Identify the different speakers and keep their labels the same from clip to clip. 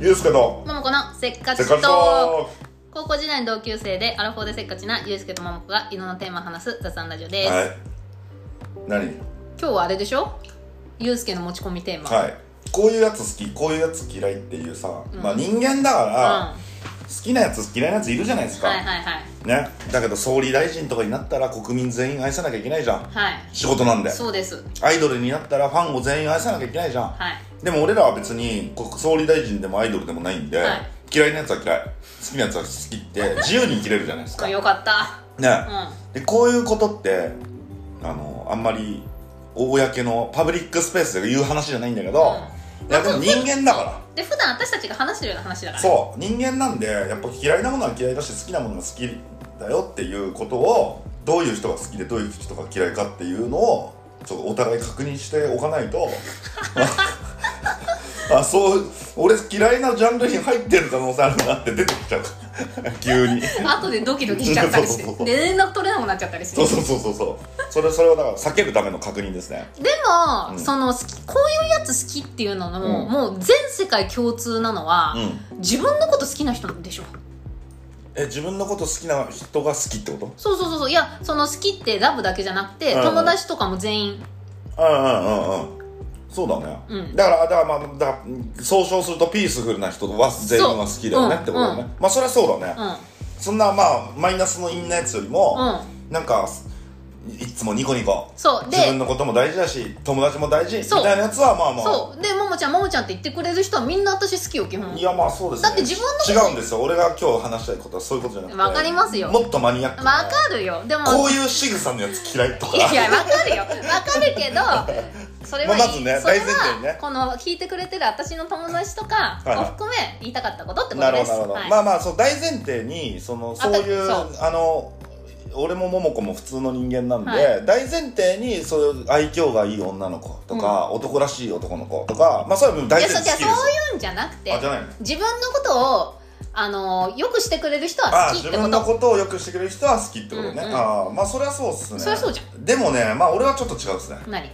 Speaker 1: ゆうすけの
Speaker 2: ももこのせっか
Speaker 1: せっ
Speaker 2: ち
Speaker 1: かち
Speaker 2: と
Speaker 1: ト
Speaker 2: 高校時代の同級生でアラフォーでせっかちなゆうすけとももこがいろんなテーマを話す雑談ラジオで
Speaker 1: ー
Speaker 2: す、
Speaker 1: クはい何
Speaker 2: 今日はあれでしょゆうすけの持ち込みテーマ、
Speaker 1: はいこういうやつ好きこういうやつ嫌いっていうさ、まあ人間だから、好きなやつ嫌いなやついるじゃないです
Speaker 2: うん、
Speaker 1: か、
Speaker 2: はいはいはい
Speaker 1: ねだけど総理大臣とかになったら国民全員愛さなきゃいけないじゃん
Speaker 2: はい
Speaker 1: 仕事なんで
Speaker 2: そうです
Speaker 1: アイドルになったらファンを全員愛さなきゃいけないじゃん、
Speaker 2: はい
Speaker 1: でも俺らは別に国総理大臣でもアイドルでもないんで、
Speaker 2: はい
Speaker 1: 嫌いなやつは嫌い好きなやつは好きって自由に生きれるじゃないですか
Speaker 2: あ
Speaker 1: ね
Speaker 2: よかったう
Speaker 1: でこういうことってあのあんまり公のパブリックスペースで言う話じゃないんだけど、
Speaker 2: うん
Speaker 1: いやでも人間だか
Speaker 2: んで普段私たちが話してるような話だからら
Speaker 1: そう人間なんでやっぱ嫌いなものは嫌いだし好きなものが好きだよっていうことをどういう人が好きでどういう人が嫌いかっていうのをちょっとお互い確認しておかないと あそう俺嫌いなジャンルに入ってる可能性あるなって出てきちゃう急に
Speaker 2: 後でドキドキしちゃったりし
Speaker 1: そうそうそ
Speaker 2: て
Speaker 1: う
Speaker 2: 連絡取れなくなっちゃったりし
Speaker 1: そ
Speaker 2: て
Speaker 1: うそうそうそうそうそれそれをだから避けるための確認ですね
Speaker 2: でも、
Speaker 1: うん
Speaker 2: その好きこういうやつ好きっていうのも、
Speaker 1: うん
Speaker 2: もう全世界共通なのは、
Speaker 1: うん
Speaker 2: 自分のこと好きな人でしょ
Speaker 1: え自分のこと好きな人が好きってこと
Speaker 2: そうそうそうそういやその好きってラブだけじゃなくて、
Speaker 1: うん
Speaker 2: 友達とかも全員
Speaker 1: うんうんうんうんそうだね、
Speaker 2: うん
Speaker 1: だからだからまあだから総称するとピースフルな人は全員が好きだよね
Speaker 2: そう
Speaker 1: ってことね、
Speaker 2: うん
Speaker 1: まあそれはそうだね、
Speaker 2: うん
Speaker 1: そんなまあマイナスの因なやつよりも、
Speaker 2: うん
Speaker 1: なんかいいつもニコニコ
Speaker 2: そうで
Speaker 1: 自分のことも大事だし友達も大事み
Speaker 2: そう
Speaker 1: たいなやつはまあまあ
Speaker 2: そうでももちゃんももちゃんって言ってくれる人はみんな私好きよ基本
Speaker 1: いやまあそうですね
Speaker 2: だって自分のこと
Speaker 1: 違うんですよ俺が今日話したいことはそういうことじゃなくて
Speaker 2: わかりますよ
Speaker 1: もっとマニアック
Speaker 2: わ
Speaker 1: な
Speaker 2: かるよでも
Speaker 1: こういう仕草のやつ嫌いとか
Speaker 2: いやいやわかるよわかるけ どそれはいい、
Speaker 1: まあまずね
Speaker 2: それ
Speaker 1: 大前提にね
Speaker 2: はこの聞いてくれてる私の友達とか
Speaker 1: はいはい
Speaker 2: を含め言いたかったことってこ
Speaker 1: な
Speaker 2: と
Speaker 1: る
Speaker 2: で
Speaker 1: ほ
Speaker 2: す
Speaker 1: どなるほど、
Speaker 2: はい
Speaker 1: まあまあそう大前提にそのそういう
Speaker 2: そ
Speaker 1: あの俺も桃子も普通の人間なんで、
Speaker 2: は
Speaker 1: 大前提にそういう愛嬌がいい女の子とか、男らしい男の子とかまあそれはもう大
Speaker 2: いや
Speaker 1: 前
Speaker 2: そ
Speaker 1: 提
Speaker 2: じゃ
Speaker 1: 好
Speaker 2: あ
Speaker 1: きで
Speaker 2: そ
Speaker 1: すよ
Speaker 2: ういうんじゃなくて
Speaker 1: あじゃないの
Speaker 2: 自分のことをあのよくしてくれる人は
Speaker 1: あ
Speaker 2: 好きっ
Speaker 1: 自
Speaker 2: てこ
Speaker 1: 分の
Speaker 2: と
Speaker 1: ことをよくしてくれる人は好きってことね、
Speaker 2: うんうん
Speaker 1: ああまあそれはそうっすね
Speaker 2: そりゃそうじ
Speaker 1: でもねまあ俺はちょっと違うっすね
Speaker 2: 何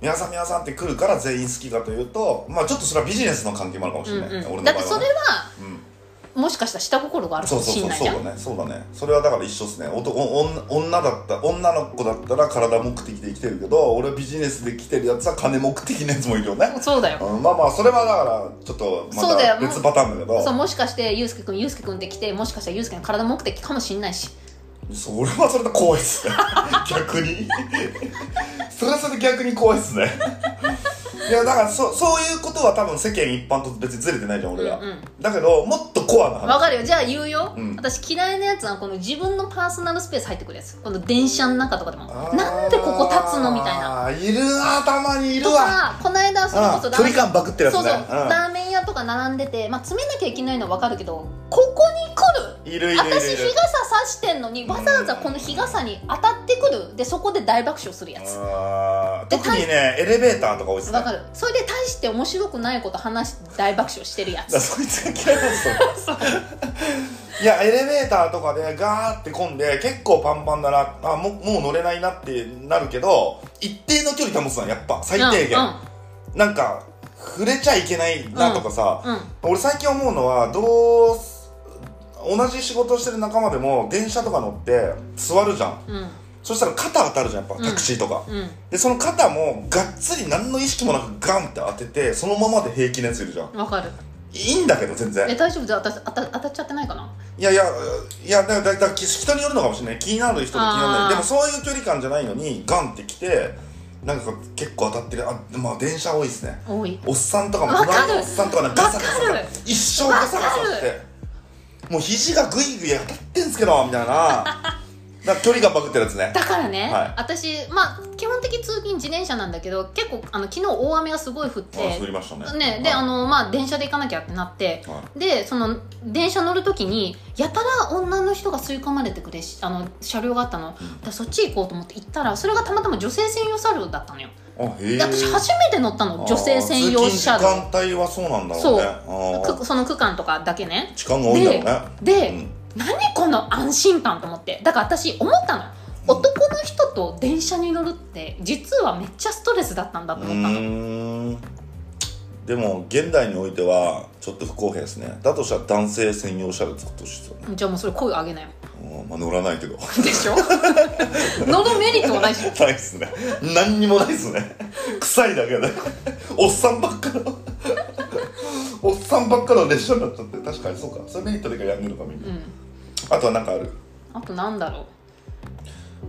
Speaker 1: 皆さん皆さんって来るから全員好きかというとまあちょっとそれはビジネスの関係もあるかもし
Speaker 2: う
Speaker 1: れな
Speaker 2: ん
Speaker 1: い、ね
Speaker 2: う
Speaker 1: 俺
Speaker 2: ん、
Speaker 1: の
Speaker 2: だっ
Speaker 1: 場合
Speaker 2: て
Speaker 1: は、ね、
Speaker 2: それは
Speaker 1: うん
Speaker 2: もしかしたら下心があるか
Speaker 1: そう
Speaker 2: も
Speaker 1: そう
Speaker 2: し
Speaker 1: そ
Speaker 2: れ
Speaker 1: う
Speaker 2: ないじ
Speaker 1: そ
Speaker 2: ゃん
Speaker 1: うだねそうだねそれはだから一緒ですねおとお女女だった女の子だったら体目的で生きてるけど俺はビジネスで来てるやつは金目的のやつもいるよね、
Speaker 2: そうだよ
Speaker 1: うん、まあまあそれはだからちょっとま
Speaker 2: そうだよ
Speaker 1: た別パターンだけど
Speaker 2: そう
Speaker 1: そ
Speaker 2: もしかしてゆうすけくんゆうすけくんって来てもしかしたらゆうすけの体目的かもしんないし
Speaker 1: れはそれで怖いっすね 逆にそれはそれで逆に怖いっすねいやだからそそういうことは多分世間一般と別にずれてないじゃん俺ら、
Speaker 2: うんうん
Speaker 1: だけどもっとコアな
Speaker 2: わ
Speaker 1: 話
Speaker 2: かるよじゃあ言うよ、
Speaker 1: うん
Speaker 2: 私嫌いなやつはこの自分のパーソナルスペース入ってくるやつこの電車の中とかでも
Speaker 1: あー
Speaker 2: なんでここ立つのみたいない
Speaker 1: るなたまにいる
Speaker 2: と
Speaker 1: わ
Speaker 2: かこの間それこそ
Speaker 1: 距離感バグってるやつ
Speaker 2: そう
Speaker 1: ね
Speaker 2: そう、
Speaker 1: うん
Speaker 2: ラーメン屋とか並んでてまあ詰めなきゃいけないのはわかるけどここに来る
Speaker 1: いるいるいるいる
Speaker 2: 私日傘さしてんのにわざわざこの日傘に当たってくるでそこで大爆笑するやつ
Speaker 1: あー
Speaker 2: で
Speaker 1: 特にねエレベーターとか多いっすね
Speaker 2: わかるそれで大して面白くないこと話して大爆笑してるや
Speaker 1: だから
Speaker 2: つ
Speaker 1: そいつが嫌いなん ですよ
Speaker 2: そう
Speaker 1: いやエレベーターとかでガーって混んで結構パンパンだなあももう乗れないなってなるけど一定の距離保つのはやっぱ最低限、
Speaker 2: うん
Speaker 1: なんか触れちゃいけないなとかさ、
Speaker 2: うんうん
Speaker 1: 俺最近思うのはどう同じ仕事してる仲間でも電車とか乗って座るじゃん
Speaker 2: うん
Speaker 1: そしたら肩当たるじゃんやっぱタクシーとか、
Speaker 2: うん
Speaker 1: でその肩もがっつり何の意識もなくガンって当ててそのままで平気なやついるじゃん
Speaker 2: わかる
Speaker 1: いいんだけど全
Speaker 2: え
Speaker 1: 然
Speaker 2: 大丈夫じゃあ私当た当たっちゃってないかない
Speaker 1: やいやいやだだだ人によるのかもしれない気になる人と気にならな
Speaker 2: あー
Speaker 1: いでもそういう距離感じゃないのにガンってきてなんか結構当たってるあまあ電車多いですね
Speaker 2: 多い
Speaker 1: おっさんとかも
Speaker 2: わかる
Speaker 1: 隣のおっさんとかなんかガサガサ
Speaker 2: わか
Speaker 1: ガ
Speaker 2: る
Speaker 1: サ一生ガサガサし
Speaker 2: わ
Speaker 1: てもう肘がグイグイ当たってんすけどみたいな だから距離がバグってるやつね
Speaker 2: だからね、
Speaker 1: はい
Speaker 2: 私まあ基本的通勤自転車なんだけど結構あの昨日大雨がすごい降って
Speaker 1: あ滑りましたね
Speaker 2: ね、で、
Speaker 1: はい
Speaker 2: あのまあ電車で行かなきゃってなって、
Speaker 1: は
Speaker 2: でその電車乗る時にやたら女の人が吸い込まれてくれしあの車両があったの、だからそっち行こうと思って行ったらそれがたまたま女性専用車両だったのよ
Speaker 1: あへ
Speaker 2: で
Speaker 1: え
Speaker 2: 私初めて乗ったの女性専用車
Speaker 1: 通
Speaker 2: 両
Speaker 1: 勤時間帯はそうなんだ
Speaker 2: そう
Speaker 1: ろうねあ
Speaker 2: くその区間とかだけね
Speaker 1: ー時間が多いんだろうね
Speaker 2: で、
Speaker 1: うん
Speaker 2: 何この安心感と思ってだから私思ったの男の人と電車に乗るって実はめっちゃストレスだったんだと
Speaker 1: う
Speaker 2: 思った
Speaker 1: ー
Speaker 2: の
Speaker 1: んでも現代においてはちょっと不公平ですねだとしたら男性専用車両作ってほしいですよね、
Speaker 2: じゃあもうそれ声上げなよ
Speaker 1: うんまあ、乗らないけど
Speaker 2: でしょ 乗るメリットはないし
Speaker 1: ないっすね何にもないっすね臭いだけでおっさんばっか のおっさんばっかの列車になっちゃって確かにそうかそれメリットでかやんでるのかみんな
Speaker 2: うん
Speaker 1: あとはなんかある
Speaker 2: あとなんだろ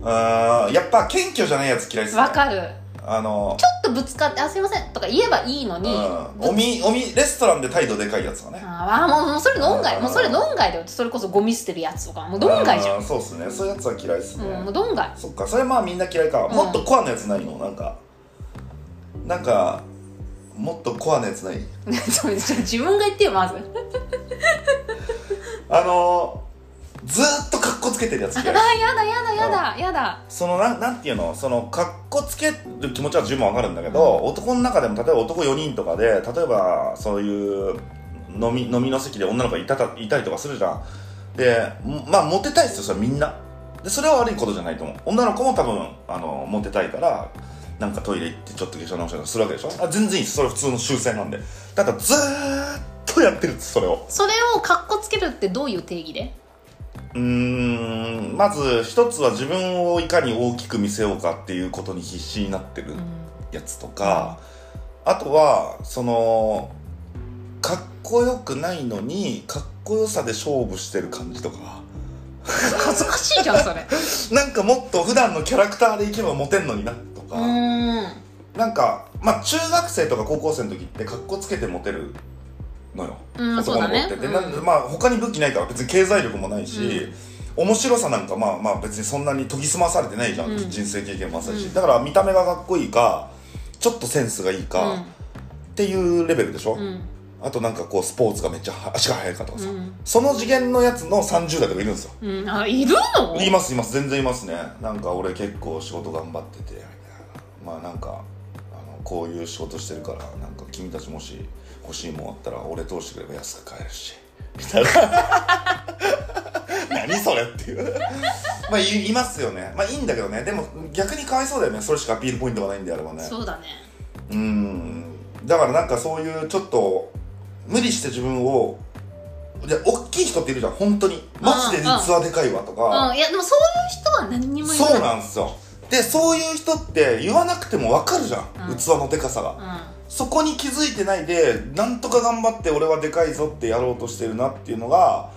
Speaker 1: あーやっぱ謙虚じゃないやつ嫌いっす
Speaker 2: う
Speaker 1: ね
Speaker 2: わかる
Speaker 1: あの
Speaker 2: ちょっとぶつかって「あすいません」とか言えばいいのに、
Speaker 1: うん、おみおみレストランで態度でかいやつがね
Speaker 2: ああもうもうそれ論
Speaker 1: う
Speaker 2: 外
Speaker 1: ん
Speaker 2: もうそれ論外だよそれこそゴミ捨てるやつとかもう論外じゃん
Speaker 1: あーそうっすねそういうやつは嫌いっすね、
Speaker 2: うんもう論外
Speaker 1: そっかそれまあみんな嫌いか、
Speaker 2: うん
Speaker 1: もっとコアなやつないのなんかなんかもっとコアなやつない
Speaker 2: ちょちょ 自分が言ってよまず
Speaker 1: あのー、ずーっとカッコつけてるやつ
Speaker 2: あ
Speaker 1: 嫌
Speaker 2: や
Speaker 1: い
Speaker 2: だやだやだやだやだ
Speaker 1: そのなんなんていうのそのカッコつける気持ちは十分わかるんだけど、男の中でも例えば男4人とかで例えばそういう飲み飲みの席で女の子がいたたいたりとかするじゃんでもまあモテたいっすよそれはみんなでそれは悪いことじゃないと思う女の子も多分あのモテたいからなんかトイレ行ってちょっと化粧直したりするわけでしょあ全然いいっすそれ普通の修正なんでだからずーっとやってるっすそれを
Speaker 2: それをかっこつけるってどういう定義で
Speaker 1: うーんまず一つは自分をいかに大きく見せようかっていうことに必死になってる
Speaker 2: うん
Speaker 1: やつとか、あとはそのかっこよくないのにかっこよさで勝負してる感じとか
Speaker 2: 恥ずかしいじゃんそれう
Speaker 1: なんかもっと普段のキャラクターでいけばモテんのになとか、
Speaker 2: ーん
Speaker 1: なんかまあ中学生とか高校生の時ってかっこつけてモテるのよ。
Speaker 2: うんそう
Speaker 1: 男の
Speaker 2: だ
Speaker 1: 子っ
Speaker 2: ね
Speaker 1: て、で
Speaker 2: うん
Speaker 1: なんでまあ他に武器ないから別に経済力もないし、面白さなんかまあまあ別にそんなに研ぎ澄まされてないじゃん、
Speaker 2: うん
Speaker 1: 人生経験も浅いし、
Speaker 2: うん
Speaker 1: だから見た目がかっこいいかちょっとセンスがいいか、っていうレベルでしょ、
Speaker 2: うんうん
Speaker 1: あとなんかこうスポーツがめっちゃは足が速いかとかさ、
Speaker 2: うん
Speaker 1: その次元のやつの30代とかいるんですよ、
Speaker 2: うんあいるの
Speaker 1: いますいます全然いますねなんか俺結構仕事頑張っててみたいなまあなんかあのこういう仕事してるからなんか君たちもし欲しいもんあったら俺通してくれば安く買えるしみたい な何それっていうまあいいますよねまあいいんだけどねでも逆にかわいそうだよねそれしかアピールポイントがないんであればね
Speaker 2: そうだね
Speaker 1: うんだからなんかそういうちょっと無理して自分をで大きい人っているじゃん本当にマジで実はでかいわとか
Speaker 2: うんいやでもそういう人は何にもいない
Speaker 1: そうなんですよでそういう人って言わなくても分かるじゃん、
Speaker 2: うん
Speaker 1: 器のでかさがそこに気づいてないでなんとか頑張って俺はでかいぞってやろうとしてるなっていうのが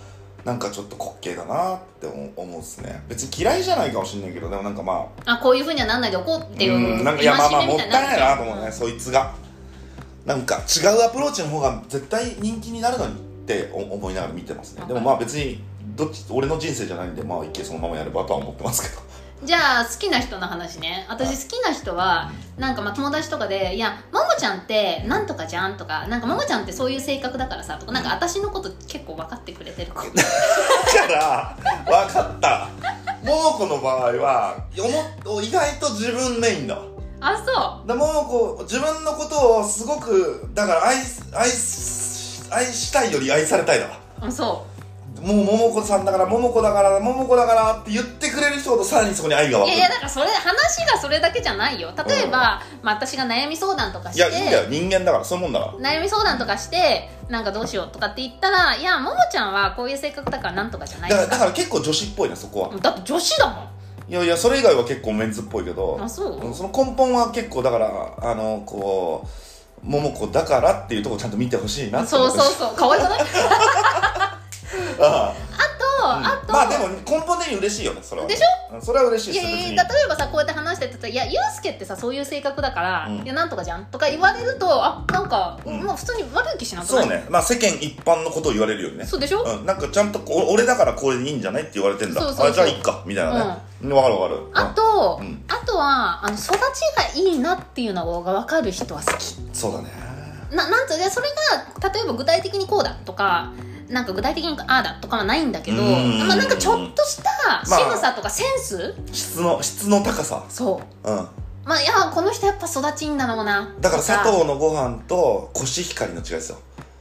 Speaker 1: なんかちょっと滑稽だなって思思うっすね別に嫌いじゃないかもしんないけどでもなんかまあ
Speaker 2: うんあこういうふうにはなんないでおこうっていう
Speaker 1: うんなんかいやまあまあもったいないなと思うね、そいつがなんか違うアプローチの方が絶対人気になるのにってお思いながら見てますねでもまあ別にどっち俺の人生じゃないんでまあ一見そのままやればとは思ってますけど
Speaker 2: じゃあ好きな人の話ね私好きな人はなんかまあ友達とかで「いやももちゃんってなんとかじゃん」とか「なんかももちゃんってそういう性格だからさ」とかなんか私のこと結構分かってくれてる子
Speaker 1: だから分かった桃子の場合は思っ意外と自分メインだ
Speaker 2: あそ
Speaker 1: だ桃子自分のことをすごくだから愛す愛す愛したいより愛されたいだわ
Speaker 2: ううんそ
Speaker 1: もう桃子さんだから桃子だから桃子だからって言ってくれる人ほどさらにそこに愛が湧
Speaker 2: うい
Speaker 1: く
Speaker 2: やいやだからそれ話がそれだけじゃないよ例えば、まあ、私が悩み相談とかし
Speaker 1: い
Speaker 2: て
Speaker 1: やいいんだよ人間だからそういうもんだから
Speaker 2: 悩み相談とかしてなんかどうしようとかって言ったら「いやももちゃんはこういう性格だからなんとかじゃない」
Speaker 1: だか
Speaker 2: と
Speaker 1: ら
Speaker 2: か
Speaker 1: だから結構女子っぽいなそこは
Speaker 2: だって女子だ
Speaker 1: いやいやそれ以外は結構メンズっぽいけ
Speaker 2: もんあ
Speaker 1: ど
Speaker 2: そう、
Speaker 1: うんその根本は結構だからあのこう桃子だからっていうとこちゃんと見てほしいなって
Speaker 2: そ
Speaker 1: 思
Speaker 2: う
Speaker 1: って
Speaker 2: そうそう可愛くないそう
Speaker 1: ああう
Speaker 2: あ
Speaker 1: ん
Speaker 2: と、
Speaker 1: まあでも根本的に嬉しいよねそれは
Speaker 2: でし
Speaker 1: ょ、うんそれは嬉しい
Speaker 2: い
Speaker 1: です
Speaker 2: や
Speaker 1: 別に
Speaker 2: いや例えばさこうやって話してたら「いやユうスケってさそういう性格だから、
Speaker 1: うん
Speaker 2: いやなんとかじゃん」とか言われるとあなんか、
Speaker 1: うん
Speaker 2: まあ普通に悪い気しなくな
Speaker 1: そ
Speaker 2: いう
Speaker 1: ねまあ世間一般のことを言われるよね
Speaker 2: そうでしょ、
Speaker 1: うん、なんかちゃんとこう俺だからこれでいいんじゃないって言われてんだ
Speaker 2: そうそうそ
Speaker 1: あ
Speaker 2: う
Speaker 1: じゃあいっかみたいなね、うん、分かる分かる
Speaker 2: あと、
Speaker 1: うん
Speaker 2: あとはあの育ちがいいなっていうのが分かる人は好き
Speaker 1: うん、そうだね
Speaker 2: ななんつうでそれが例えば具体的にこうだとかなんか具体的にああだとかはないんだけど、
Speaker 1: うん
Speaker 2: まあ、なんかちょっとした仕草とかセンス、
Speaker 1: 質の質の高さ
Speaker 2: そ
Speaker 1: うん
Speaker 2: うまあいやこの人やっぱ育ちいいんだろうな
Speaker 1: だから
Speaker 2: と
Speaker 1: 佐藤のご飯とコシヒカリの違いですよ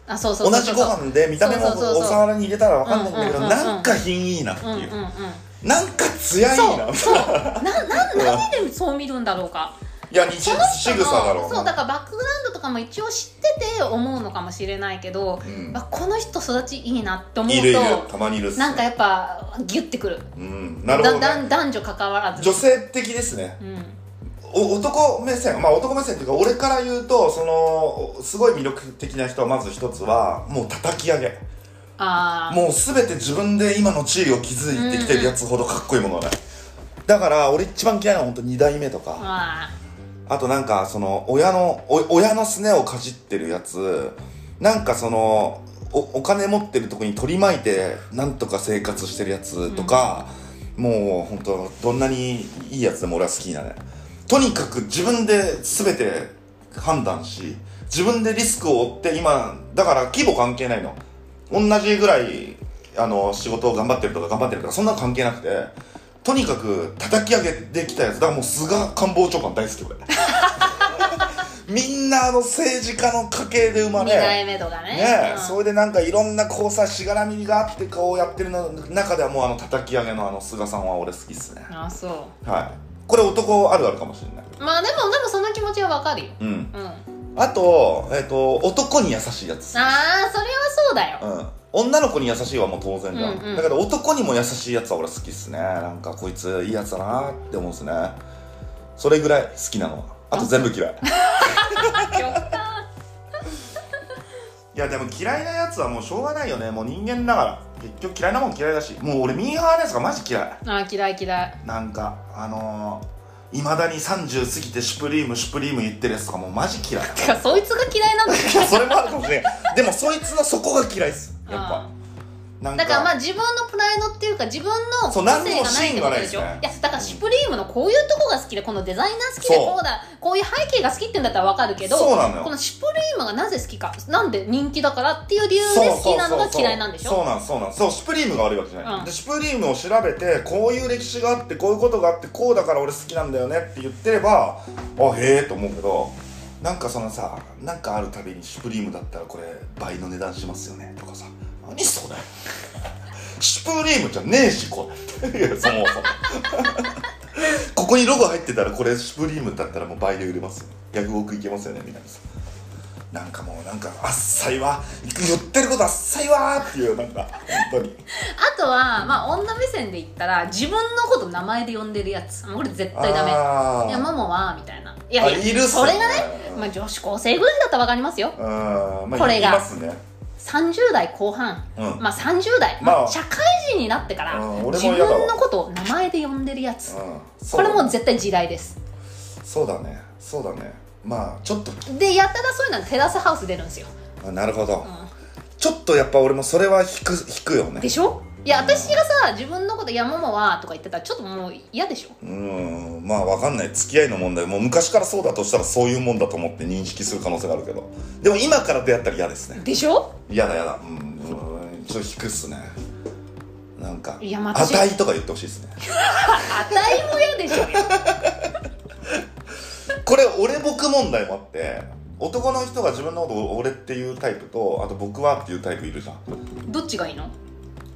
Speaker 2: あそうそ
Speaker 1: 同
Speaker 2: うそうそ
Speaker 1: じ
Speaker 2: う
Speaker 1: ご飯で見た目も
Speaker 2: そうそうそうそう
Speaker 1: お皿に入れたらわかんないんだけど
Speaker 2: うんうんうんうん
Speaker 1: なんか品いいなって
Speaker 2: うんうんう
Speaker 1: い
Speaker 2: ん
Speaker 1: うなんか艶いいな
Speaker 2: そうそうなな何でそう見るんだろうか
Speaker 1: いや日
Speaker 2: その人
Speaker 1: 仕
Speaker 2: の
Speaker 1: 草だろ
Speaker 2: そうだからバックグラウンドとかかも一応知ってて思うのかもしれないけど、
Speaker 1: うん
Speaker 2: あこの人育ちいいなって思う
Speaker 1: いるいる
Speaker 2: と
Speaker 1: たまにいるっすね
Speaker 2: なんかやっぱギュッてくる
Speaker 1: うんなるほど、
Speaker 2: だだ
Speaker 1: ね、
Speaker 2: ん男女関わらず
Speaker 1: 女性的ですね
Speaker 2: うん
Speaker 1: お男目線まあ男目線っていうか俺から言うとそのすごい魅力的な人はまず一つはもう叩き上げ
Speaker 2: ああ
Speaker 1: もう全て自分で今の地位を築いてきてるやつほどかっこいいものはないだから俺一番嫌いなのは本当2代目とか
Speaker 2: あ
Speaker 1: あとなんかその親のお親のすねをかじってるやつなんかそのおお金持ってるとこに取り巻いてなんとか生活してるやつとか、もう本当どんなにいいやつでも俺は好きなねとにかく自分で全て判断し自分でリスクを負って今だから規模関係ないの同じぐらいあの仕事を頑張ってるとか頑張ってるとかそんなの関係なくてとにかく叩き上げてきたやつだからもう菅官房長官大好き俺みんなあの政治家の家系で生ま
Speaker 2: 2
Speaker 1: れ
Speaker 2: 代目とかね
Speaker 1: ねえ、
Speaker 2: うん
Speaker 1: それでなんかいろんな交差しがらみがあって顔をやってるの中ではもうあの叩き上げのあの菅さんは俺好きっすね
Speaker 2: ああそ
Speaker 1: はいこれ男あるあるかもしれないう
Speaker 2: まあでもでもその気持ちはわかるよ
Speaker 1: うん
Speaker 2: うんあ
Speaker 1: あと,、えっと男に優しいやつ
Speaker 2: あそれはそうだよ
Speaker 1: うん女の子に優しいはもう当然じゃん、
Speaker 2: うんうん
Speaker 1: だけど男にも優しいやつは俺好きっすねなんかこいついいやつだなって思うんすねそれぐらい好きなのはあと全部嫌い
Speaker 2: 極端
Speaker 1: いやでも嫌いなやつはもうしょうがないよねもう人間だから結局嫌いなもん嫌いだしもう俺ミーハーですがマジ嫌い
Speaker 2: ああ嫌い嫌い
Speaker 1: なんかあのい、まだに30過ぎて「シュプリームシュプリーム」言ってるやつとかもうマジ 嫌い
Speaker 2: てかそいつが嫌いなんだよ
Speaker 1: いやそれもあるかもしれないでもそいつのそこが嫌いっすやっぱなんか
Speaker 2: だからまあ自分のプライドっていうか自分の
Speaker 1: そう
Speaker 2: 個
Speaker 1: 何に
Speaker 2: 性
Speaker 1: も
Speaker 2: がないってことでし
Speaker 1: 芯
Speaker 2: ょい
Speaker 1: がない
Speaker 2: やだからシュプリームのこういうとこが好きでこのデザイナー好きで
Speaker 1: そう
Speaker 2: こうだこういう背景が好きって言うんだったらわかるけど
Speaker 1: そうなのよ
Speaker 2: このシュプリームがなぜ好きかなんで人気だからっていう理由で好きなのが嫌いなんでし
Speaker 1: そう
Speaker 2: ょ
Speaker 1: そうなんそうなんそうシュプリームが悪いわけじゃない、
Speaker 2: うん
Speaker 1: でシュプリームを調べてこういう歴史があってこういうことがあってこうだから俺好きなんだよねって言ってればあへえと思うけどなんかそのさなんかあるたびにシュプリームだったらこれ倍の値段しますよねとかさ何それシュプリームじゃねえしこれいやそもそもここにロゴ入ってたらこれシュプリームだったらもう倍で売れますよ100億いけますよねみたいなさなんかもうなんかあっさいわ言ってることあっさいわーっていうなんか本当に
Speaker 2: あとはまあ女目線で言ったら自分のこと名前で呼んでるやつもうこれ絶対ダメ
Speaker 1: あー
Speaker 2: いやマモはみたいないやいや
Speaker 1: あいるっす
Speaker 2: それがね、
Speaker 1: うん
Speaker 2: まあ、女子高生ぐらいだったらわかりますよ
Speaker 1: うんまあ
Speaker 2: これが
Speaker 1: いますね
Speaker 2: 30代後半、
Speaker 1: うん
Speaker 2: まあ30代、
Speaker 1: まあ
Speaker 2: まあ社会人になってから、
Speaker 1: うん俺
Speaker 2: 自
Speaker 1: も嫌だわ
Speaker 2: 分のことを名前で呼んでるやつ、
Speaker 1: うんそ
Speaker 2: こ
Speaker 1: う
Speaker 2: れ
Speaker 1: だね
Speaker 2: もう絶対地雷です
Speaker 1: そうだねそうだねまあちょっと
Speaker 2: でやたらそういうのテラスハウス出るんですよ、
Speaker 1: あなるほど、
Speaker 2: う
Speaker 1: ちょっとやっぱ俺もそれは引く引くよ
Speaker 2: ん、で
Speaker 1: ね
Speaker 2: しょいや私がさ自分のこと「いやももは」とか言ってたらちょっともう嫌でしょ
Speaker 1: うんまあわかんない付き合いの問題もう昔からそうだとしたらそういうもんだと思って認識する可能性があるけどでも今から出会ったら嫌ですね
Speaker 2: でしょ
Speaker 1: 嫌だ嫌だうんうんちょっと引くっすねなんか
Speaker 2: いやまあ私
Speaker 1: 値とか言ってほしいですね
Speaker 2: あたいも嫌で しょ
Speaker 1: これ俺僕問題もあって男の人が自分のことを俺っていうタイプとあと僕はっていうタイプいるじゃん
Speaker 2: どっちがいいの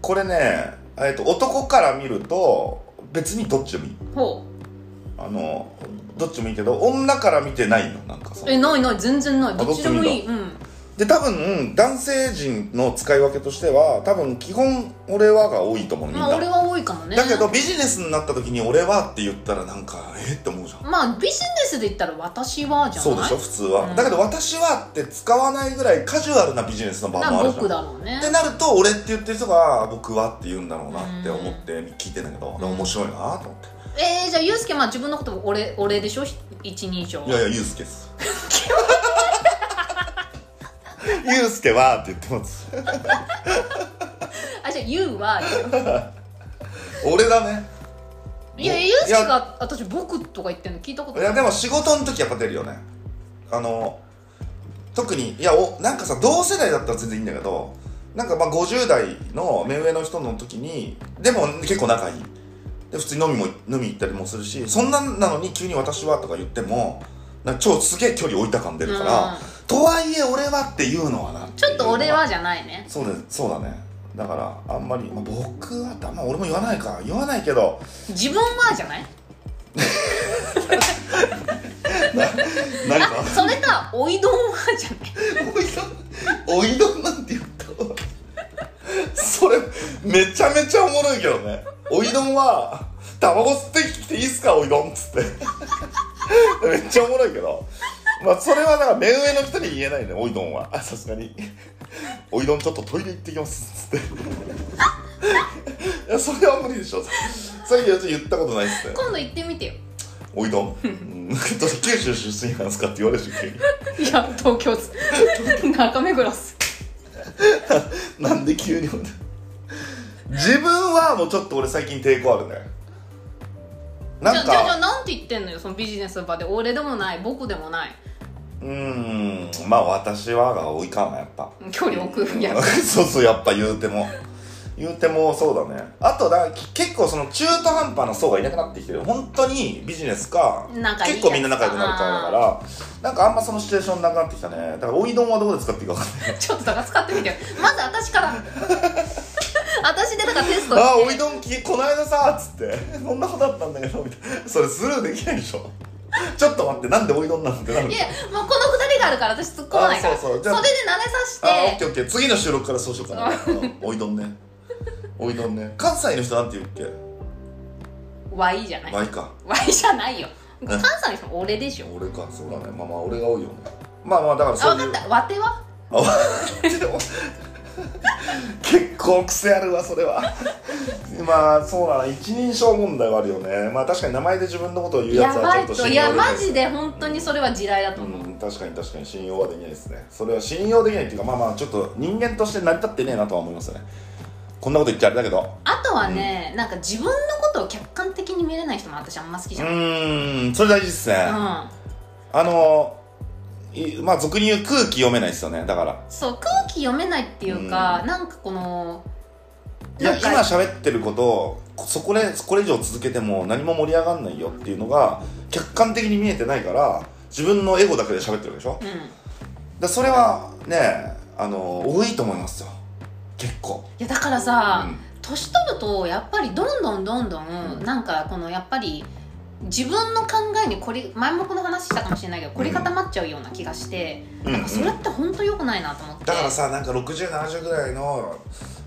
Speaker 1: これね、えっと男から見ると別にどっちでもいい
Speaker 2: ほ
Speaker 1: あのどっちもいいけど女から見てないのなんかそう
Speaker 2: えないない全然ないどっちでもいい
Speaker 1: ど
Speaker 2: うん
Speaker 1: で多分男性陣の使い分けとしては多分基本俺はが多いと思うみん
Speaker 2: まあ俺
Speaker 1: な
Speaker 2: は多いかもね
Speaker 1: だけどビジネスになった時に俺はって言ったらなんかえって思うじゃん
Speaker 2: まあビジネスで言ったら私はじゃな
Speaker 1: そ
Speaker 2: い
Speaker 1: うでしょ普通は、
Speaker 2: うん
Speaker 1: だけど私はって使わないぐらいカジュアルなビジネスの場
Speaker 2: な
Speaker 1: もあるじゃん
Speaker 2: 僕だろうね
Speaker 1: ってなると俺って言ってる人が僕はって言うんだろうなって思って聞いてんだけど、でも面白いなと思って、
Speaker 2: えー、じゃあユースケまあ自分のことを俺俺でしょ一人称
Speaker 1: いやいやユうスケです ユうスケはって言ってます
Speaker 2: あじゃあユーは
Speaker 1: 俺だね
Speaker 2: いや
Speaker 1: いや
Speaker 2: ユースケが私僕とか言ってんの聞いたこと
Speaker 1: い
Speaker 2: ない
Speaker 1: やでも仕事の時やっぱ出るよねあの特にいやおなんかさ同世代だったら全然いいんだけどなんかまあ50代の目上の人の時にでも結構仲いいで普通に飲みも飲み行ったりもするしそんなんなのに急に「私は」とか言ってもなんか超すげえ距離置いた感出るから、とはいえ俺はっていうのはな
Speaker 2: ちょっと俺はじゃないね
Speaker 1: そうだそうだねだからあんまり、まあ、僕はってあんま俺も言わないか言わないけど
Speaker 2: 自分はじゃない
Speaker 1: ななんか
Speaker 2: それかおいどんはじゃない
Speaker 1: おいどんおいどんなんて言ったわそれめちゃめちゃおもろいけどねおいどんはタバコ吸ってきていいっすかおいどんっつってめっちゃおもろいけどまあそれはだから目上の人に言えないねおいどんはあさすがにおいどんちょっとトイレ行ってきますっつっていやそれは無理でしょそれ言ったことないっすね
Speaker 2: 今度行ってみてよ
Speaker 1: おいどん、うん、九州出身なんですかって言われるし急に
Speaker 2: いや東京っ す中目黒っす
Speaker 1: なんで急に俺自分はもうちょっと俺最近抵抗あるね
Speaker 2: じ
Speaker 1: な
Speaker 2: ゃ
Speaker 1: ん
Speaker 2: じゃじゃ
Speaker 1: か
Speaker 2: なんて言ってんのよそのビジネスの場で俺でもない僕でもないう
Speaker 1: ーんまあ私はが多いかなやっぱ
Speaker 2: 距離置くいや
Speaker 1: そうそうやっぱ言うても言うてもそうだねあとだき結構その中途半端な層がいなくなってきてる本当にビジネスか
Speaker 2: 仲いいやつ
Speaker 1: 結構みんな仲良くなるからだからなんかあんまそのシチュエーションなくなってきたねだからおいどんはどこで使っていいか分かんない
Speaker 2: ちょっとだから使ってみてよまず私から 私でだからテスト
Speaker 1: あ
Speaker 2: し
Speaker 1: おい
Speaker 2: て
Speaker 1: どんきこの間さっつってそんなことあったんだけどみたいなそれスルーできないでしょちょっと待ってなんでおいどんなんてなる
Speaker 2: いやもうこの二人があるから私突っ込まないから
Speaker 1: あそうそう
Speaker 2: そ
Speaker 1: じゃあ
Speaker 2: れで慣れ
Speaker 1: あオッ
Speaker 2: させ
Speaker 1: ケーオッケー次の収録からそうしようかなうんおいどんねおいどんね関西の人なんて言うっ
Speaker 2: てわいじゃな
Speaker 1: け
Speaker 2: い
Speaker 1: ワイか
Speaker 2: わいじゃないよ関西の人俺でしょ
Speaker 1: 俺かそうだねまあまあ俺が多いよねまあまあだから
Speaker 2: あ
Speaker 1: そうい
Speaker 2: 分
Speaker 1: う
Speaker 2: かったわては
Speaker 1: あわ結構癖あるわそれはまあそうだな一人称問題はあるよねまあ確かに名前で自分のことを言うや
Speaker 2: や
Speaker 1: つはち
Speaker 2: ば
Speaker 1: ょっ
Speaker 2: い
Speaker 1: と
Speaker 2: と
Speaker 1: 信用
Speaker 2: いや
Speaker 1: できない
Speaker 2: マジで本当にそれは地雷だと思う、
Speaker 1: うん、確かに確かに信用はできないですねそれは信用できないっていうかまあまあちょっと人間として成り立ってねえなとは思いますよねこんなこと言っちゃあれだけど
Speaker 2: あとはね、なんか自分のことを客観的に見れない人も私あんま好き
Speaker 1: う
Speaker 2: じゃない、
Speaker 1: ーんそれ大事ですね、
Speaker 2: うん
Speaker 1: あのいまあ俗に言う空気読めないですよねだから
Speaker 2: そう空気読めないっていうか、なんかこの
Speaker 1: いや
Speaker 2: なん
Speaker 1: 今
Speaker 2: か
Speaker 1: 喋ってることをこそこでこれ以上続けても何も盛り上がんないよっていうのが客観的に見えてないから自分のエゴだけで喋ってるでしょだか
Speaker 2: うん
Speaker 1: らそれはねあの多いと思いますよ結構
Speaker 2: いやだから
Speaker 1: う
Speaker 2: さ、
Speaker 1: ん
Speaker 2: 年取るとやっぱりどんどんどんどん、
Speaker 1: うん
Speaker 2: なんかこのやっぱり自分の考えに凝り前もこの話したかもしれないけど凝り固まっちゃうような気がして、
Speaker 1: うん
Speaker 2: なんかそれって本当良くないなと思って
Speaker 1: だからさなんか6070ぐらいの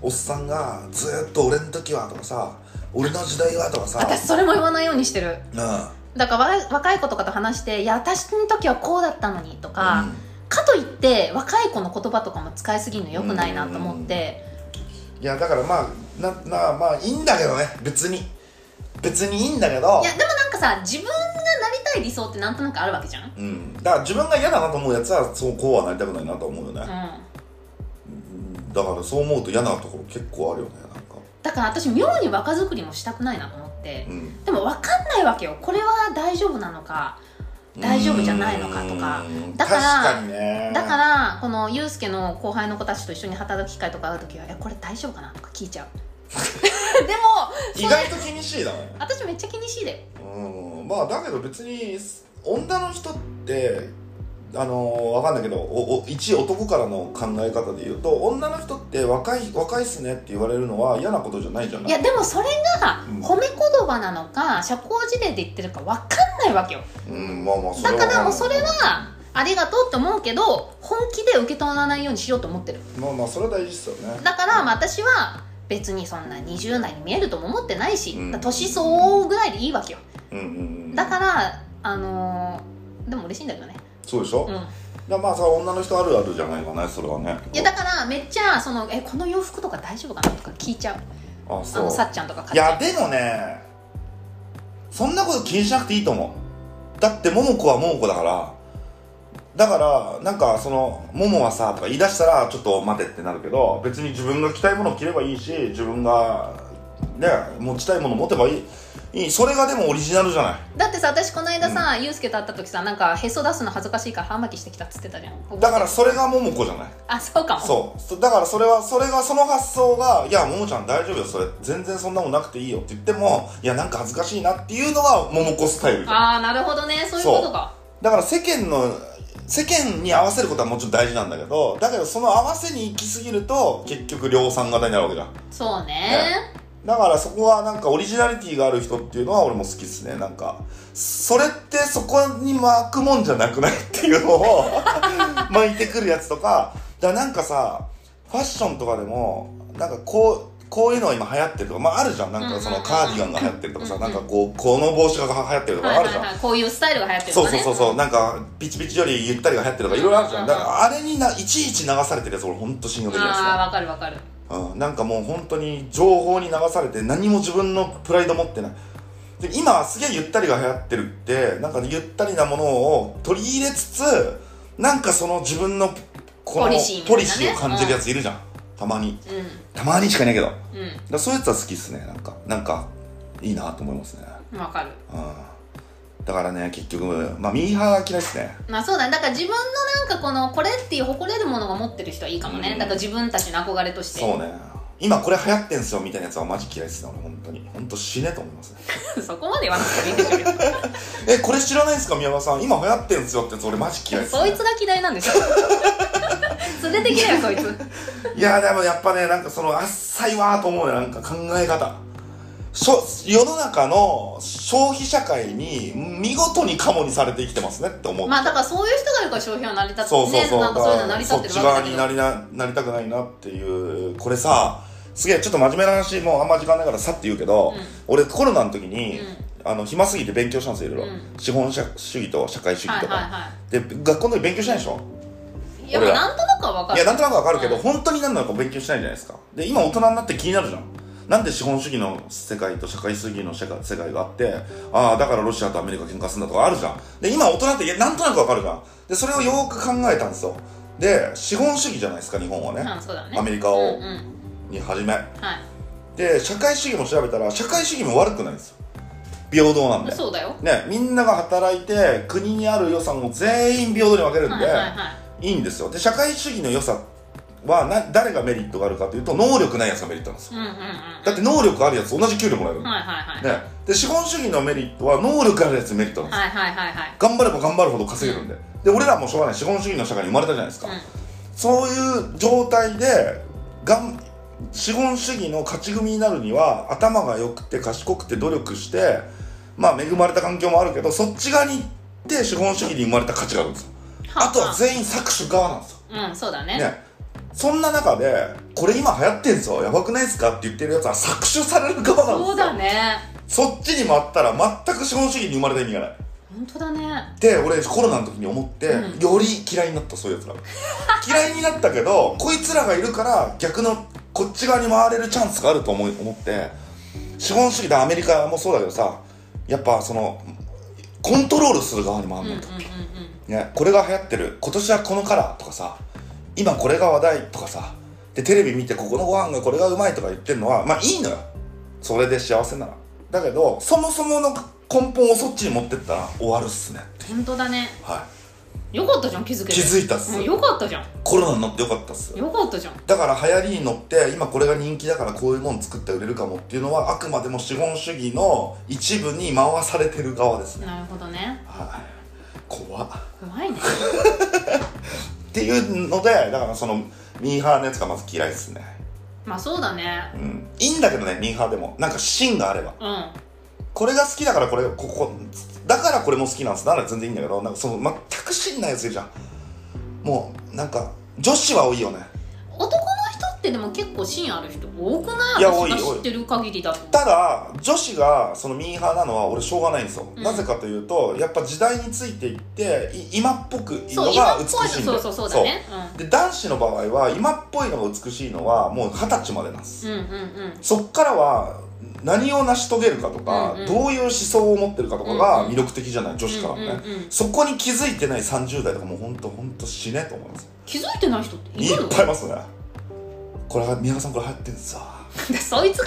Speaker 1: おっさんがずーっと俺の時はとかさ俺の時代はとかさ
Speaker 2: 私それも言わないようにしてる
Speaker 1: うん
Speaker 2: だからわ若い子とかと話して「いや私の時はこうだったのに」とか、
Speaker 1: うん
Speaker 2: かといって若い子の言葉とかも使いすぎるの良くないなと思って、
Speaker 1: いやだからまあななまあいいんだけどね別に別にいいんだけど
Speaker 2: いやでもなんかさ自分がなりたい理想ってなんとなくあるわけじゃん、うん、
Speaker 1: うん、だから自分が嫌だなと思うやつはそうこうはなりたくないなと思うよね、だからそう思うと嫌なところ結構あるよねなんか
Speaker 2: だから私妙に若作りもしたくないなと思って
Speaker 1: う、ん
Speaker 2: でも分かんないわけよこれは大丈夫なのか大丈夫じゃないのかとか
Speaker 1: うん
Speaker 2: だから
Speaker 1: 確かにね
Speaker 2: だからこのユうスケの後輩の子たちと一緒に働く機会とかある時はいやこれ大丈夫かなとか聞い ちゃうでも
Speaker 1: 意外と気にしいだね
Speaker 2: 私めっちゃ気にしいだよ
Speaker 1: うんまあだけど別に女の人ってあのわかんないけどおお一男からの考え方で言うと女の人って若い若いっすねって言われるのは嫌なことじゃないじゃない
Speaker 2: いやでもそれが
Speaker 1: うん
Speaker 2: 褒め言葉なのか社交辞令で言ってるか分かんないわけよ
Speaker 1: うんまあまあそれ
Speaker 2: だ
Speaker 1: は
Speaker 2: からもうそれはありがとうって思うけど本気で受け取らないようにしようと思ってる
Speaker 1: まあまあそれは大事っすよね
Speaker 2: だからまあ私は別にそんな20代に見えるとも思ってないし、
Speaker 1: うん
Speaker 2: だから年相応ぐらいでいいわけよ
Speaker 1: うんうんうん
Speaker 2: だからあのーでも嬉しいんだけどね
Speaker 1: そうでしょ、
Speaker 2: う
Speaker 1: い
Speaker 2: ん
Speaker 1: やまあそれは女の人あるあるじゃないかねそれはね
Speaker 2: いやだからめっちゃそのえこの洋服とか大丈夫かなとか聞いちゃう
Speaker 1: あ
Speaker 2: あ
Speaker 1: そう
Speaker 2: のさっちゃんとか買っ
Speaker 1: い
Speaker 2: ちゃ
Speaker 1: やでもねそんなこと気にしなくていいと思うだって桃子は桃子だからだからなんかその「桃はさ」とか言い出したらちょっと待てってなるけど別に自分が着たいものを着ればいいし自分がね持ちたいものを持てばいいいいそれがでもオリジナルじゃないう
Speaker 2: だってさ私この間さ、ユうスケと会った時さなんかへそ出すの恥ずかしいから歯巻きしてきたっつってたじゃん
Speaker 1: だからそれが桃子じゃない
Speaker 2: あそうかも
Speaker 1: そうそだからそれはそれがその発想が「いやももちゃん大丈夫よそれ全然そんなもんなくていいよ」って言っても「いやなんか恥ずかしいな」っていうのが桃子スタイルじゃん
Speaker 2: ああなるほどねそういうことか
Speaker 1: だから世間の世間に合わせることはもちろん大事なんだけどだけどその合わせに行き過ぎると結局量産型になるわけじゃん
Speaker 2: そうね
Speaker 1: ねだからそこはなんかオリジナリティがある人っていうのは俺も好きですねなんかそれってそこに巻くもんじゃなくないっていうのを 巻いてくるやつとかだからなんかさファッションとかでもなんかこうこういうのが今流行ってるとか、まあ、あるじゃんなんかそのカーディガンが流行ってるとかさ
Speaker 2: うんうん
Speaker 1: な
Speaker 2: うんん
Speaker 1: かこうこの帽子が流行ってるとか
Speaker 2: はい
Speaker 1: あ
Speaker 2: は
Speaker 1: るじ
Speaker 2: い
Speaker 1: ゃん
Speaker 2: はいこういうスタイルが流行ってると
Speaker 1: そう
Speaker 2: か
Speaker 1: そう
Speaker 2: ね
Speaker 1: そうそうなんかピチピチよりゆったりが流行ってるとかいろいろあるじゃんだからあれにないちいち流されてるやつ俺ほんと信用できないですね
Speaker 2: ああわかるわかる
Speaker 1: うん、なんかもう本当に情報に流されて何も自分のプライド持ってないで今すげえゆったりが流行ってるってなんかゆったりなものを取り入れつつなんかその自分のこの
Speaker 2: ポリシーみたいなね
Speaker 1: ポリシーを感じるやついるじゃん、たまにたまにしかいないけどだか
Speaker 2: うん
Speaker 1: らそういうやつは好きですねなんかなんかいいなと思いますね、
Speaker 2: うんわかる
Speaker 1: うん、だからね結局まあミーハーは嫌いですね
Speaker 2: まあそうだねだから自分のなんかこのこれっていう誇れるものが持ってる人はいいかもね、
Speaker 1: うん
Speaker 2: だから自分たちの憧れとして
Speaker 1: そうね今これ流行ってんすよみたいなやつはマジ嫌いですね俺本当に本当死ねと思いますね
Speaker 2: そこまで言わなくてもいいでしょ別に
Speaker 1: えこれ知らないですか宮川さん今流行ってんすよってやつ俺マジ嫌いです、ね、
Speaker 2: そいつが嫌いなんでしょ 連れてけよそいつ
Speaker 1: いやでもやっぱねなんかそのあっさいわーと思うねなんか考え方しょ世の中の消費社会に見事にカモにされて生きてますねって思う、
Speaker 2: まあだからそういう人がいるから消費は成り立つ
Speaker 1: そうそうそう、
Speaker 2: ね、なんかそういうの成り立
Speaker 1: そ
Speaker 2: っ
Speaker 1: って
Speaker 2: る
Speaker 1: ち側
Speaker 2: け
Speaker 1: に
Speaker 2: ど
Speaker 1: なりななりたくないなっていうこれさすげえちょっと真面目な話もうあんま時間ないからさって言うけど、
Speaker 2: うん
Speaker 1: 俺コロナの時に、
Speaker 2: うん
Speaker 1: あの暇すぎて勉強したんですよいろいろ、
Speaker 2: う
Speaker 1: 資本主義と社会主義
Speaker 2: はい
Speaker 1: とか、
Speaker 2: はいは
Speaker 1: で学校の時勉強しないでしょ
Speaker 2: いいやっぱなんとなくは分か
Speaker 1: いや、
Speaker 2: る
Speaker 1: なんとなくわかるけど、
Speaker 2: うん
Speaker 1: 本当に何なのか勉強しないじゃないですか。で、今大人になって気になるじゃん。なんで資本主義の世界と社会主義の世界世界があって、ああ、だからロシアとアメリカ喧嘩するんだとかあるじゃん。で、今大人っていやなんとなくわかるじゃん。で、それをよーく考えたんですよ。で、資本主義じゃないですか、日本はね。
Speaker 2: うんそうだね
Speaker 1: アメリカを
Speaker 2: うんうん
Speaker 1: に始め。
Speaker 2: は
Speaker 1: で、社会主義も調べたら、社会主義も悪くないんですよ。平等なん
Speaker 2: い
Speaker 1: で。
Speaker 2: そうだよ
Speaker 1: ね、みんなが働いて、国にある予算を全員平等に分けるんで、
Speaker 2: はいはいはい
Speaker 1: いいんですよで社会主義の良さはな誰がメリットがあるかというと能力ないやつがメリットなんですよ
Speaker 2: うんうんうん
Speaker 1: だって能力あるやつ同じ給料もらえる、
Speaker 2: はいはいはい
Speaker 1: ね、で資本主義のメリットは能力あるやつメリットなんですよ、
Speaker 2: はいはいはいはい
Speaker 1: 頑張れば頑張るほど稼げるんでで俺らもしょうがない資本主義の社会に生まれたじゃないですか、そういう状態でがん資本主義の勝ち組になるには頭が良くて賢くて努力してまあ恵まれた環境もあるけどそっち側に行って資本主義に生まれた価値があるんですよあとは全員搾取側なんですよ
Speaker 2: うんそうだね
Speaker 1: ね、そんな中でこれ今流行ってんぞやばくないですかって言ってるやつは搾取される側なんですよ
Speaker 2: そうだね
Speaker 1: そっちに回ったら全く資本主義に生まれた意味がない
Speaker 2: 本当だね
Speaker 1: で俺コロナの時に思って、
Speaker 2: うん
Speaker 1: より嫌いになったそういうやつら 嫌いになったけどこいつらがいるから逆のこっち側に回れるチャンスがあると思い思って資本主義だアメリカもそうだけどさやっぱそのコントロールする側に回
Speaker 2: うんんう
Speaker 1: なんい
Speaker 2: うん
Speaker 1: と、ね、これが流行ってる今年はこのカラーとかさ今これが話題とかさでテレビ見てここのご飯がこれがうまいとか言ってるのはまあいいのよそれで幸せならだけどそもそもの根本をそっちに持ってったら終わるっすね
Speaker 2: 本当だね
Speaker 1: は
Speaker 2: よかったじゃん気づけ
Speaker 1: い
Speaker 2: て
Speaker 1: 気づいたっす
Speaker 2: うんよかったじゃん
Speaker 1: コロナに乗ってよかったっす
Speaker 2: よかったじゃん
Speaker 1: だから流行りに乗って今これが人気だからこういうもん作って売れるかもっていうのはあくまでも資本主義の一部に回されてる側ですね
Speaker 2: なるほどね
Speaker 1: はい怖っ
Speaker 2: 怖いね
Speaker 1: っていうのでだからそのミーハーのやつがまず嫌いですね
Speaker 2: まあそうだね
Speaker 1: うんいいんだけどねミーハーでもなんか芯があれば
Speaker 2: うんは
Speaker 1: これが好きだからこれここだからこれも好きなんですなら全然いいんだけどなんかその全く芯ないやついるじゃんもうなんか女子は多いよね
Speaker 2: 男の人ってでも結構芯ある人多くない
Speaker 1: いや
Speaker 2: 私が
Speaker 1: 多い多い
Speaker 2: 知ってる限りだと
Speaker 1: ただ女子がそのミーハーなのは俺しょうがないんですよ、
Speaker 2: うん
Speaker 1: なぜかというとやっぱ時代についていってい今っぽくいいの
Speaker 2: そう
Speaker 1: が
Speaker 2: 今っ
Speaker 1: 美
Speaker 2: ぽい
Speaker 1: しいんだ
Speaker 2: そう
Speaker 1: よ
Speaker 2: そうそうだね
Speaker 1: そうで男子の場合は今っぽいのが美しいのはもう二十歳までなんです
Speaker 2: うんうんうん
Speaker 1: そっからは何を成し遂げるかとか、
Speaker 2: うんうん
Speaker 1: どういう思想を持ってるかとか
Speaker 2: うん
Speaker 1: が
Speaker 2: うん
Speaker 1: 魅力的じゃない女子からはね、
Speaker 2: うんうんうん
Speaker 1: そこに気づいてない30代とかもうほんとほんと死ねと思います
Speaker 2: 気づいてない人ってい
Speaker 1: い
Speaker 2: る
Speaker 1: っ
Speaker 2: の
Speaker 1: ぱいいますねこれは宮川さんこれ流行ってんさ
Speaker 2: でそいつが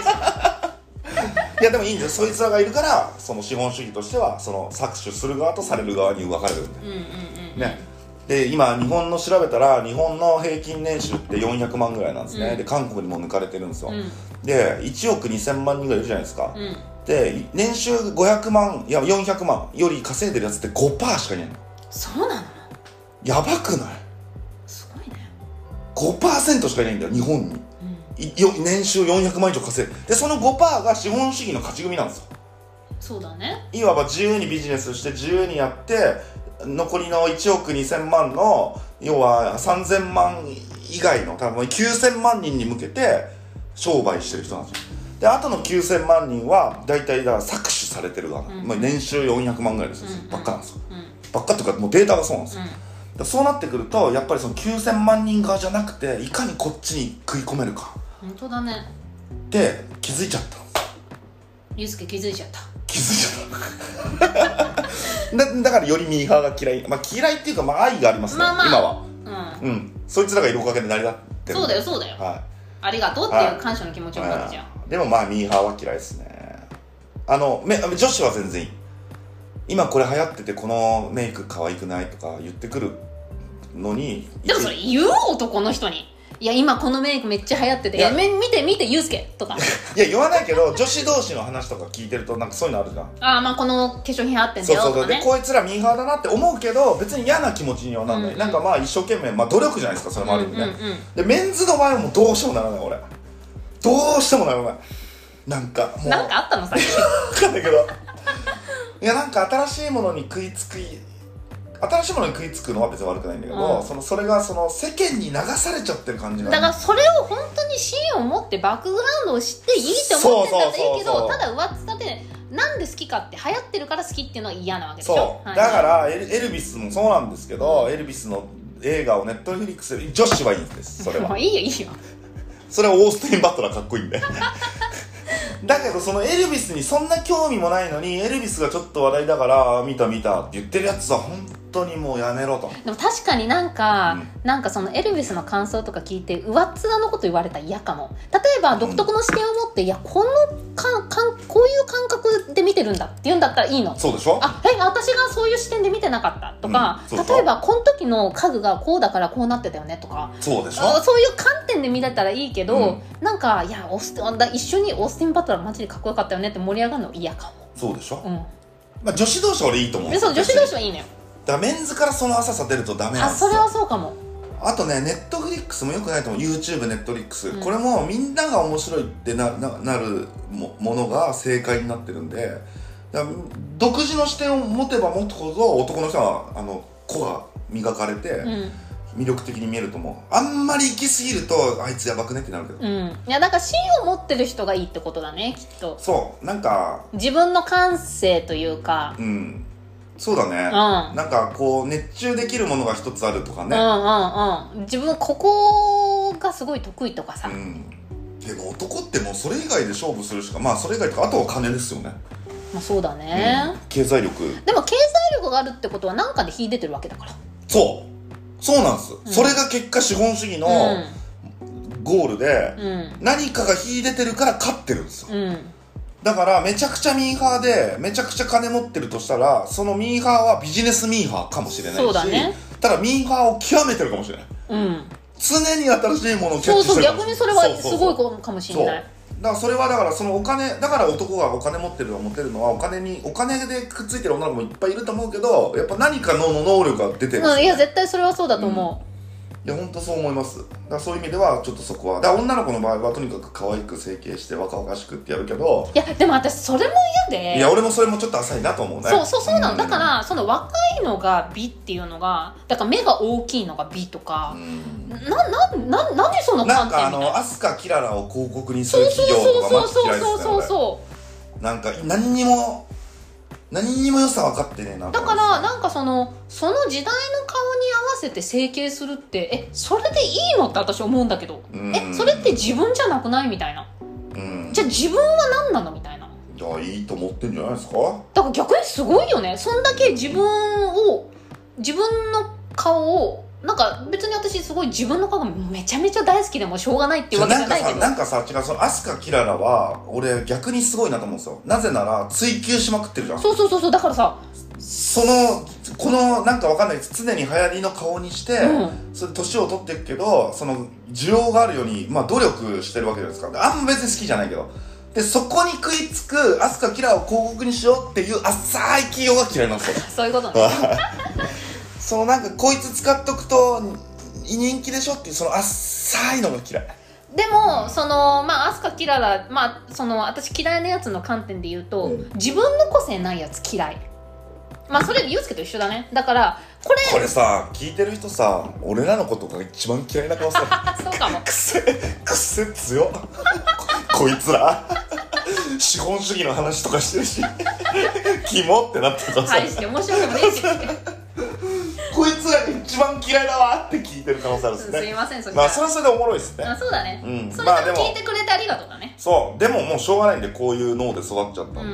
Speaker 2: 嫌いなんでし
Speaker 1: いやでもいいんですよそいつらがいるからその資本主義としてはその搾取する側とされる側に分かれるんで
Speaker 2: ょうんうんうんうん
Speaker 1: ねで今日本の調べたら日本の平均年収って400万ぐらいなんですね、
Speaker 2: うん
Speaker 1: で韓国にも抜かれてるんですよ、
Speaker 2: うん
Speaker 1: で1億2000万人ぐらいいるじゃないですか、
Speaker 2: うん
Speaker 1: で年収500万いや400万より稼いでるやつって5%しかいないの
Speaker 2: そうなの
Speaker 1: やばくない
Speaker 2: すごいね
Speaker 1: 5%しかいないんだよ日本に
Speaker 2: うん
Speaker 1: いよ年収400万以上稼いでその5%が資本主義の勝ち組なんですよ
Speaker 2: そうだね
Speaker 1: いわば自由にビジネスして自由にやって残りの1億2000万の要は3000万以外の多分9000万人に向けて商売してる人なんですよであとの9000万人は大体だから搾取されてる側、
Speaker 2: うん
Speaker 1: まあ年収400万ぐらいですよ、
Speaker 2: うんうん
Speaker 1: ばっかなんですよ
Speaker 2: うんうん
Speaker 1: ばっかっていうかもうデータがそうなんですよ、だからそうなってくるとやっぱりその9000万人側じゃなくていかにこっちに食い込めるか
Speaker 2: 本当だね
Speaker 1: って気づいちゃったんです
Speaker 2: ゆうすけ気づいちゃった
Speaker 1: 気づいちゃった だだからよりミーハーが嫌い、まあ、嫌いっていうか、まあ、愛がありますね、
Speaker 2: まあまあ
Speaker 1: 今は
Speaker 2: う
Speaker 1: うんそいつらがいるおかげで成り立って
Speaker 2: ん
Speaker 1: る
Speaker 2: そうだよそうだよ
Speaker 1: は
Speaker 2: ありがとうっていう感謝の気持ちもあるじゃん
Speaker 1: いでもまあミーハーは嫌いですねあのめ女子は全然いい今これ流行っててこのメイク可愛くないとか言ってくるのに
Speaker 2: でもそれ言う男の人にいや今このメイクめっちゃ流行ってて
Speaker 1: いや
Speaker 2: えめ見て見てゆうすけとか
Speaker 1: いや言わないけど女子同士の話とか聞いてるとなんかそういうのあるじゃん
Speaker 2: ああまあこの化粧品流行ってんだ
Speaker 1: そう
Speaker 2: よ
Speaker 1: そう
Speaker 2: と
Speaker 1: そう
Speaker 2: か
Speaker 1: で
Speaker 2: ね
Speaker 1: こいつらミーハーだなって思うけど別に嫌な気持ちにはならない、
Speaker 2: うん
Speaker 1: なんかまあ一生懸命、まあ、努力じゃないですかそれもある意味ね、
Speaker 2: うんうんうん
Speaker 1: でメンズの場合はもうどうしてもならない俺どうしてもならないなんかもう
Speaker 2: なんかあったのさっき
Speaker 1: 分かんないけどいやなんか新しいものに食いつく新しいものに食いつくのは別に悪くないんだけど、
Speaker 2: うん
Speaker 1: そのそれがその世間に流されちゃってる感じが
Speaker 2: だからそれを本当に芯を持ってバックグラウンドを知っていいと思ってんだったらいいけ
Speaker 1: そうそうそうそ
Speaker 2: ど
Speaker 1: う
Speaker 2: ただ上っ面でなんで好きかって流行ってるから好きっていうのは嫌なわけでしょ
Speaker 1: そう、
Speaker 2: はい
Speaker 1: だからエルエルビスもそうなんですけど、エルビスの映画をネットフリックス女子はいいんですそれ
Speaker 2: も
Speaker 1: は
Speaker 2: ういいよいいよ
Speaker 1: それはオースティン・バトラーかっこいいんで だけどそのエルビスにそんな興味もないのにエルビスがちょっと話題だから見た見たって言ってるやつは本当にもうやめろと
Speaker 2: でも確かになんか、なんかそのエルヴィスの感想とか聞いて上っ面のこと言われたら嫌かも例えば独特の視点を持って、いやこのかんかんこういう感覚で見てるんだって言うんだったらいいの
Speaker 1: そうでしょ
Speaker 2: あえ私がそういう視点で見てなかったとか
Speaker 1: うん、そうそう
Speaker 2: 例えばこの時の家具がこうだからこうなってたよねとか
Speaker 1: そうでしょ
Speaker 2: あそういう観点で見れたらいいけど、なんかいやオースティンだ一緒にオースティン・バトラーマジでかっこよかったよねって盛り上がるの嫌か
Speaker 1: そうでしょ、
Speaker 2: も、
Speaker 1: まあ、女子同士は俺いいと思
Speaker 2: う、
Speaker 1: うんんで
Speaker 2: ですそ
Speaker 1: よ
Speaker 2: う女子同士はいいのよ
Speaker 1: だからメンズからその浅さ出るとダメなん
Speaker 2: あ
Speaker 1: です
Speaker 2: それ
Speaker 1: よ
Speaker 2: はそうかも
Speaker 1: あとねネットフリックスもよくないと思う YouTube ネットフリックス、
Speaker 2: うん
Speaker 1: これもみんなが面白いってなななるもものが正解になってるんでだから独自の視点を持てば持つほど男の人はあの子が磨かれ
Speaker 2: う
Speaker 1: て
Speaker 2: ん
Speaker 1: 魅力的に見えると思うあんまり行き過ぎるとあいつやばくねってなるけど、
Speaker 2: うん、いやだから芯を持ってる人がいいってことだねきっと
Speaker 1: そうなんか
Speaker 2: 自分の感性というか、
Speaker 1: うんそうだね、
Speaker 2: うん
Speaker 1: なんかこう熱中できるものが一つあるとか
Speaker 2: うんう
Speaker 1: ね、
Speaker 2: んうん自分ここがすごい得意とかさ、
Speaker 1: うんでも男ってもうそれ以外で勝負するしかまあそれ以外とかあとは金ですよね
Speaker 2: まあ、そうだね
Speaker 1: うん、経済力
Speaker 2: でも経済力があるってことは何かで秀でてるわけだから
Speaker 1: そうそうなんです、
Speaker 2: うん
Speaker 1: それが結果資本主義のゴールで、
Speaker 2: うんうん
Speaker 1: 何かが秀でてるから勝ってるんですよ
Speaker 2: うん
Speaker 1: だからめちゃくちゃミーハーでめちゃくちゃ金持ってるとしたらそのミーハーはビジネスミーハーかもしれないし
Speaker 2: そうだね
Speaker 1: ただミーハーを極めてるかもしれない
Speaker 2: うん
Speaker 1: 常に新しいものをキャ
Speaker 2: そ
Speaker 1: ッ
Speaker 2: う
Speaker 1: チして
Speaker 2: そう
Speaker 1: るかも
Speaker 2: 逆にそれは
Speaker 1: うう
Speaker 2: す
Speaker 1: う
Speaker 2: ごいことかもし
Speaker 1: そう
Speaker 2: れ
Speaker 1: だ
Speaker 2: な
Speaker 1: か
Speaker 2: い
Speaker 1: らそれはだからそのお金だから男がお金持ってるの持ってるのはお金にお金でくっついてる女の子もいっぱいいると思うけどやっぱ何かの能力が出てるんですよ
Speaker 2: うん、いや絶対それはそうだと思
Speaker 1: いや本当そう思いますだからそういう意味ではちょっとそこはだから女の子の場合はとにかく可愛く整形して若々しくってやるけど
Speaker 2: う、いやでも私それも嫌で
Speaker 1: いや俺もそれもちょっと浅いなと思うね
Speaker 2: そうそうそうなの、
Speaker 1: ん
Speaker 2: だからその若いのが美っていうのがだから目が大きいのが美とか、
Speaker 1: うん
Speaker 2: ななな何その
Speaker 1: な
Speaker 2: 観
Speaker 1: んか
Speaker 2: 点
Speaker 1: あ
Speaker 2: みたい
Speaker 1: の
Speaker 2: な
Speaker 1: アスカキララを広告にす
Speaker 2: そ
Speaker 1: る
Speaker 2: うそう
Speaker 1: 企業
Speaker 2: そ
Speaker 1: と
Speaker 2: う
Speaker 1: か
Speaker 2: そ
Speaker 1: マ
Speaker 2: う
Speaker 1: ジ嫌い
Speaker 2: そうそう
Speaker 1: ですね
Speaker 2: そ
Speaker 1: 俺なんか何にも何にも良さ分かってねえな
Speaker 2: う
Speaker 1: と
Speaker 2: だ
Speaker 1: 思
Speaker 2: か
Speaker 1: う
Speaker 2: らなんかそのその時代の顔に合わせて整形するってえそれでいいのって私思うんだけど
Speaker 1: うん
Speaker 2: えそれって自分じゃなくないみたいな
Speaker 1: うん
Speaker 2: じゃあ自分は何なのみたいない
Speaker 1: やいいと思ってんじゃないですか
Speaker 2: だから逆にすごいよねそんだけ自分を自分の顔をなんか別に私すごい自分の顔がめちゃめちゃ大好きでもしょうがないっていうわけじ
Speaker 1: な
Speaker 2: ゃ
Speaker 1: ん
Speaker 2: な
Speaker 1: か
Speaker 2: いけ
Speaker 1: さ
Speaker 2: ど
Speaker 1: なんかさ違うそのアスカキララは俺逆にすごいなと思うんですよなぜなら追求しまくってるじゃん
Speaker 2: そうそうそうそうだからさ
Speaker 1: そのこのなんかわかんないです常に流行りの顔にして、
Speaker 2: う
Speaker 1: それ年を取っていくけどその需要があるように、まあ、努力してるわけじゃないですかであんま別に好きじゃないけどでそこに食いつく飛鳥キラーを広告にしようっていう浅い企業が嫌いなんですよ
Speaker 2: そういうことね
Speaker 1: そのなんかこいつ使っとくと人気でしょっていうその浅いのが嫌い
Speaker 2: でもそのまあ飛鳥キララまあその私嫌いなやつの観点で言うと、
Speaker 1: うん
Speaker 2: 自分の個性ないやつ嫌いまあそれユうスケと一緒だね だからこれ
Speaker 1: これさ聞いてる人さ俺らのことが一番嫌いな顔さ
Speaker 2: あそうかも
Speaker 1: くせくせ強っここいつら資本主義の話とかしてるしキモってなってるからさ、
Speaker 2: 大して面白くもねえし
Speaker 1: こいつら一番嫌いだわって聞いてる可能性あるんです
Speaker 2: すい
Speaker 1: ね
Speaker 2: ませんそれ
Speaker 1: まあそれはそれでおもろいですね
Speaker 2: あそうだね、
Speaker 1: うん
Speaker 2: それ
Speaker 1: まあ
Speaker 2: でも
Speaker 1: でも
Speaker 2: 聞いてくれてありがとうだね、
Speaker 1: そうでももうしょうがないんでこういう脳で育っちゃったんで、う
Speaker 2: う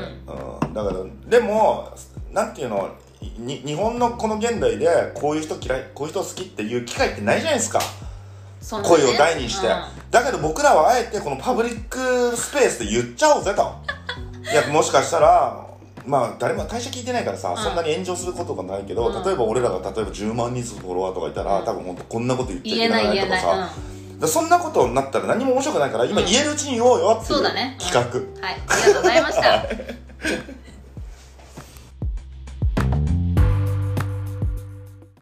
Speaker 2: んん
Speaker 1: だからでもなんていうのに日本のこの現代でこういう人嫌いこういう人好きっていう機会ってないじゃないですか
Speaker 2: そんなね
Speaker 1: 声を大にして、
Speaker 2: うん
Speaker 1: だけど僕らはあえてこのパブリックスペースで言っちゃおうぜ といやもしかしたらまあ誰も会社聞いてないからさ、
Speaker 2: ん
Speaker 1: そんなに炎上することがないけど、
Speaker 2: うん
Speaker 1: 例えば俺らが例えば10万人ずつフォロワーとかいたら、
Speaker 2: うん
Speaker 1: 多分本当こんなこと言っち
Speaker 2: 言
Speaker 1: ゃいけな
Speaker 2: えないい
Speaker 1: とかさ
Speaker 2: 言えない、うん、は
Speaker 1: だからそんなことになったら何も面白くないから今
Speaker 2: うん
Speaker 1: 言えるうちに言おうよっていう
Speaker 2: そうだね
Speaker 1: 企画、
Speaker 2: いありがとうございました